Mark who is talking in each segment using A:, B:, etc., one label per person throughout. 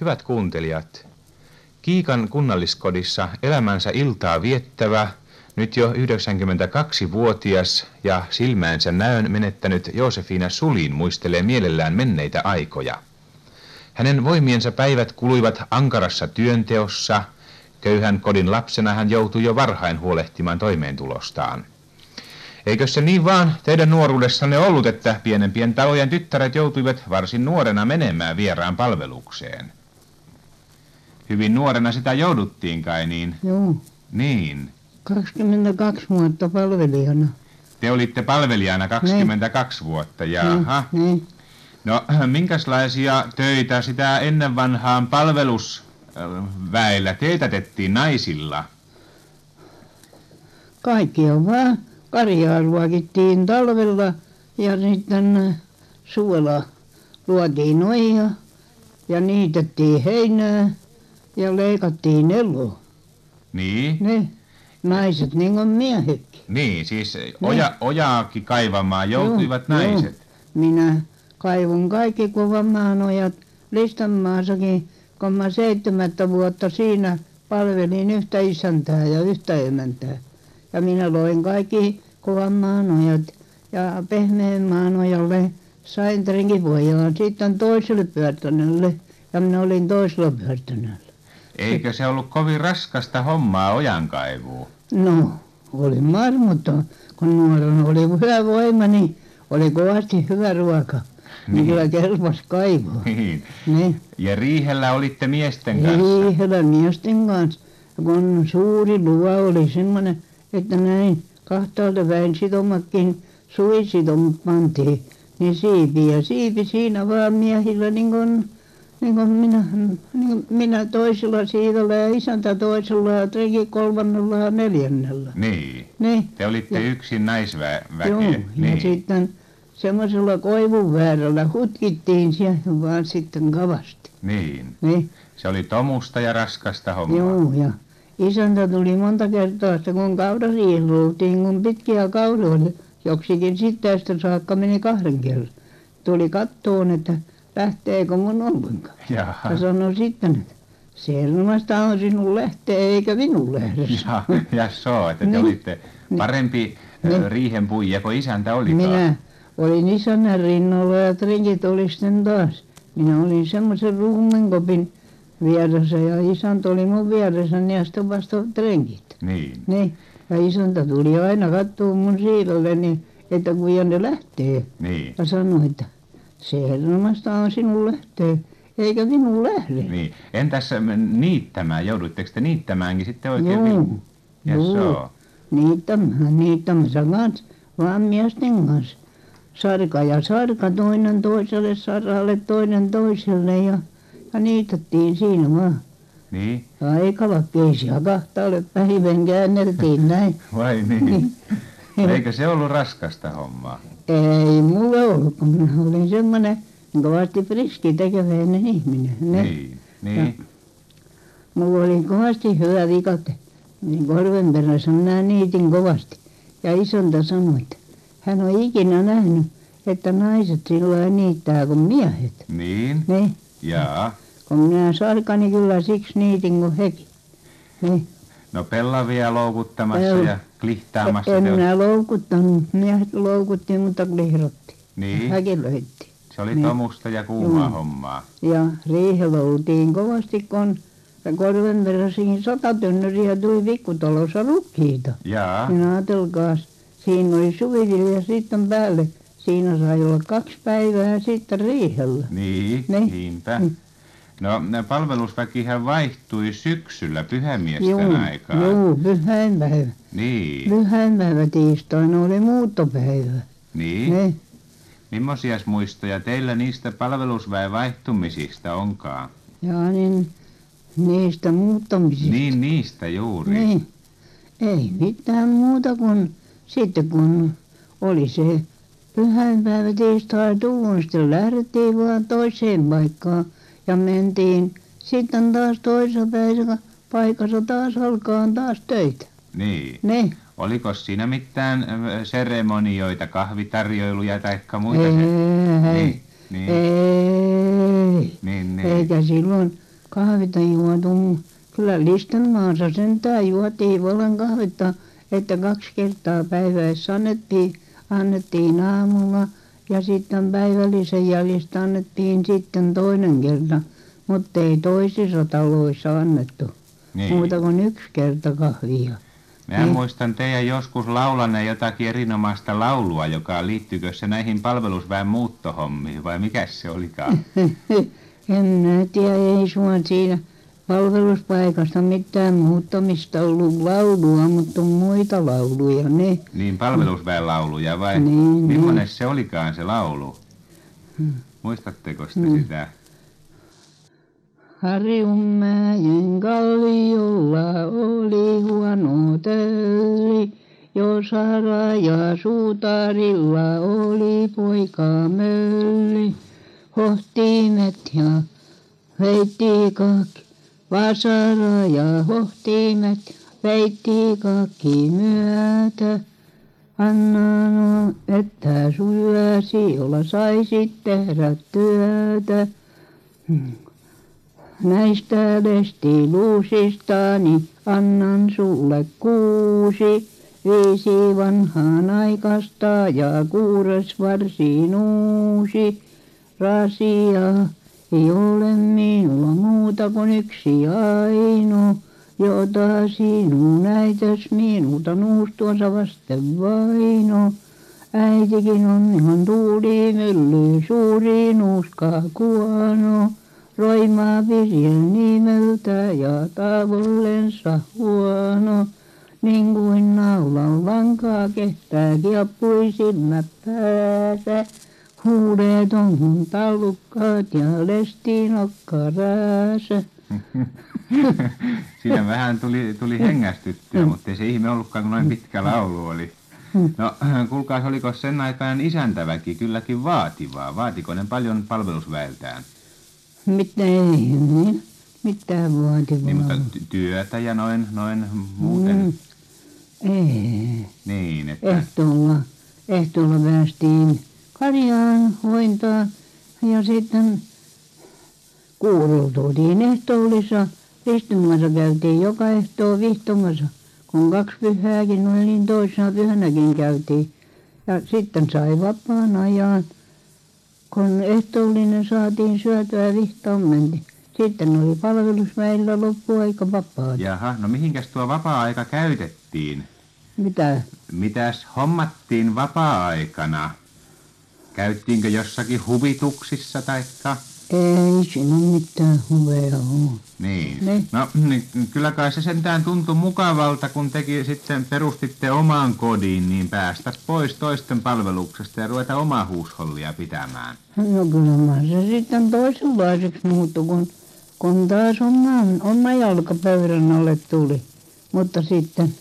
A: Hyvät kuuntelijat, Kiikan kunnalliskodissa elämänsä iltaa viettävä, nyt jo 92-vuotias ja silmäänsä näön menettänyt Joosefina Sulin muistelee mielellään menneitä aikoja. Hänen voimiensa päivät kuluivat ankarassa työnteossa. Köyhän kodin lapsena hän joutui jo varhain huolehtimaan toimeentulostaan. Eikö se niin vaan teidän nuoruudessanne ollut, että pienempien talojen tyttäret joutuivat varsin nuorena menemään vieraan palvelukseen? Hyvin nuorena sitä jouduttiin kai niin.
B: Joo,
A: Niin.
B: 22 vuotta palvelijana.
A: Te olitte palvelijana 22 vuotta, jaha.
B: Niin, niin.
A: No, minkälaisia töitä sitä ennen vanhaan palvelusväellä teetätettiin naisilla?
B: Kaikki on vaan. Karjaa ruokittiin talvella ja sitten äh, suola luotiin oja ja niitettiin heinää ja leikattiin elo.
A: Niin,
B: Ne naiset niin kuin miehetkin.
A: niin siis oja, ojaakin kaivamaan joutuivat
B: Joo,
A: naiset.
B: joo. Minä kaivun kaikki kovamaan ojat Listanmaassakin, kun mä seitsemättä vuotta siinä palvelin yhtä isäntää ja yhtä emäntää. Ja minä loin kaikki kovamaan ojat ja pehmeän maan ojalle sain renkipojaan sitten toiselle pyörtönelle ja minä olin toisella pyörtönellä.
A: Eikö se ollut kovin raskasta hommaa ojankaivuu?
B: No, oli marmutta, kun nuorena oli hyvä voima, niin oli kovasti hyvä ruoka. Niin.
A: Niin.
B: Kyllä kelpas kaivaa.
A: Niin.
B: Niin.
A: Ja riihellä olitte miesten kanssa.
B: Riihellä miesten kanssa, kun suuri luva oli semmoinen, että näin kahtaalta väin sitomatkin suisitomat pantiin, niin siipi ja siipi siinä vaan miehillä niin kuin, niin kuin minä, niin kuin minä toisella siivellä ja isäntä toisella ja reki kolmannella ja neljännellä.
A: Niin.
B: Niin.
A: Te olitte yksin naisväkeä.
B: Joo, ja
A: niin.
B: sitten semmoisella koivun väärällä hutkittiin siihen vaan sitten kavasti.
A: niin.
B: Niin,
A: Se oli tomusta ja raskasta hommaa.
B: joo, ja isäntä tuli monta kertaa, että kun kaurariihellä oltiin, kun pitkiä kauroja, joksikin sitten tästä saakka meni kahden kerran. Tuli kattoon, että lähteekö mun ollenkaan.
A: Jaha.
B: Ja sanoi sitten, että selvästä on sinun lähtee eikä minun lähde.
A: Ja, ja soo, että te
B: Niin.
A: olitte parempi
B: Niin.
A: niin. riihen puija kuin isäntä olikaan.
B: Minä olin isännän rinnalla ja rengit oli sitten taas. Minä olin semmoisen ruumenkopin vieressä ja isäntä oli mun vieressäni ja sitten vasta rengit.
A: Niin,
B: Niin. Ja isäntä tuli aina katsoa mun siirrelleni, että kuinka ne lähtee.
A: niin,
B: Ja sanoi, että se hermasta on sinun lähtee, eikä minun lähde.
A: niin. Entäs mm, niittämään, joudutteko te niittämäänkin sitten oikein?
B: Joo,
A: Ja
B: joo.
A: soo.
B: niittämään, niittämässä kanssa, vaan miesten kanssa. Sarka ja sarka, toinen toiselle saralle, toinen toiselle ja, ja niitettiin siinä vaan.
A: Niin,
B: Aika lakkeisia kahtaalle päivän käänneltiin näin.
A: vai niin. Eikö se ollut raskasta hommaa?
B: Ei mulla ollut, kun minä olin semmoinen kovasti friski tekeväinen ihminen. Ne.
A: Niin, niin,
B: Mulla oli kovasti hyvä vikat. Niin korven perässä minä niitin kovasti. Ja isäntä sanoi, että hän on ikinä nähnyt, että naiset silloin niittää kuin miehet.
A: niin,
B: Niin,
A: jaa.
B: kun minä sarkani kyllä siksi niitin kuin hekin. Niin.
A: No pellavia loukuttamassa
B: Joo.
A: ja klihtaamassa.
B: En
A: te ol-
B: minä loukuttanut. Miehet loukuttiin, mutta klihrottiin.
A: Niin,
B: Häkin löittiin.
A: se oli
B: Niin.
A: tomusta ja kuumaa
B: Juu.
A: hommaa.
B: Ja riihellä oltiin kovasti, kun korven perässäkin sata tynnyriä tuli pikkutalossa rukiita.
A: Jaa,
B: Niin ajatelkaa, siinä oli suvivilja sitten päälle. Siinä sai olla kaksi päivää sitten riihellä.
A: Niin,
B: Niin.
A: niinpä.
B: Mm.
A: No nä- palvelusväkihän vaihtui syksyllä pyhämiesten
B: Juu,
A: aikaan.
B: juu, pyhäinpäivä.
A: Niin,
B: Pyhäinpäivä tiistaina oli muuttopäivä.
A: niin.
B: Ne.
A: Millaisia muistoja teillä niistä palvelusväen vaihtumisista onkaan?
B: Ja niin niistä muuttamisista.
A: Niin niistä juuri.
B: Niin. Ei mitään muuta kuin sitten kun oli se pyhäinpäivä tiistai tullut, niin sitten lähdettiin vaan toiseen paikkaan ja mentiin sitten taas toisessa päivässä paikassa taas alkaa taas töitä.
A: niin.
B: Ne.
A: Oliko siinä mitään ö, seremonioita, kahvitarjoiluja tai muita? se-
B: Ei,
A: Niin, niin,
B: ei,
A: niin, niin.
B: eikä silloin kahvita juotu mutta kyllä Listanmaassa sentään juotiin vallan kahvia että kaksi kertaa päivässä annettiin annettiin aamulla ja sitten päivällisen jäljiltä annettiin sitten toinen kerta mutta ei toisissa taloissa annettu
A: niin.
B: muuta kuin yksi kerta kahvia
A: Minä
B: niin.
A: muistan teidän joskus laulaneen jotakin erinomaista laulua, joka liittyykö se näihin palvelusväen muuttohommiin vai mikä se olikaan?
B: Mm. en minä tiedä ei suinkaan siinä palveluspaikassa mitään muuttamista ollut laulua mutta on muita lauluja ne
A: Niin palvelusväen lauluja vai
B: Niin,
A: millainen
B: niin.
A: se olikaan se laulu?
B: Hmm.
A: Muistatteko sitä
B: Hmm.
A: sitä?
B: Harjunmäen kalliolla oli huono tölli, jossa raja suutarilla oli poika mölli. Hohtimet ja veitti kakki, vasara ja hohtimet veitti kakki myötä. Anna no, että syösi, jolla saisit tehdä työtä. Hmm. Näistä lestiluusistani annan sulle kuusi, viisi vanhaan aikaista ja kuudes varsin uusi. Rasia ei ole minulla muuta kuin yksi ainoa, jota sinun äitös minulta nuustuansa vasten vaino. Äitikin on ihan tuulimylly, suuri nuuska kuono. Roimaa virjen nimeltä ja tavollensa huono. Niin kuin naulan lankaa kehtää kieppuisimmat päätä. Huudet on kun tallukkaat ja lestinokka rääsä.
A: Siinä vähän tuli, tuli
B: Mm.
A: hengästyttyä, mutta ei se ihme ollutkaan, kun noin pitkä laulu oli.
B: Mm.
A: No, kuulkaas, oliko sen aikaan isäntäväki kylläkin vaativaa? Vaatiko ne paljon palvelusväeltään?
B: Mitä ei niin, mitään vaativaa.
A: Niin, mutta ty- työtä ja noin, noin muuten.
B: Mm. Eh, Ei.
A: Niin, että
B: Ehtoolla, ehtoolla päästiin karjaan hointaan ja sitten kuuruutuutiin ehtoollissa. Ristumassa käytiin joka ehtoo vihtomassa, kun kaksi pyhääkin oli, niin toisena pyhänäkin käytiin. Ja sitten sai vapaan ajan, kun ehtoollinen saatiin syötyä ja vihtoon mentiin. Sitten oli palvelusmäillä loppuaika vapaata.
A: jaha, no mihinkäs tuo vapaa-aika käytettiin?
B: Mitä?
A: Mitäs hommattiin vapaa-aikana? Käyttiinkö jossakin huvituksissa taikka?
B: Ei siinä mitään huvea ole.
A: Niin.
B: Ne.
A: No niin, kyllä kai se sentään tuntui mukavalta, kun teki sitten perustitte oman kodin, niin päästä pois toisten palveluksesta ja ruveta omaa huushollia pitämään.
B: No kyllä mä se sitten toisenlaiseksi muuttui, kun, kun taas oman, oma jalka pöydän alle tuli. Mutta sitten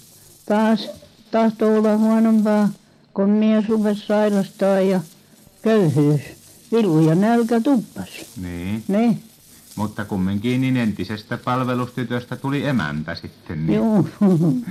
B: taas tahtoi olla huonompaa, kun mies rupesi sairastaa ja köyhyys, vilu ja nälkä tuppas.
A: Niin.
B: Ne,
A: Mutta kumminkin niin entisestä palvelustytöstä tuli emäntä sitten. Niin.
B: juu.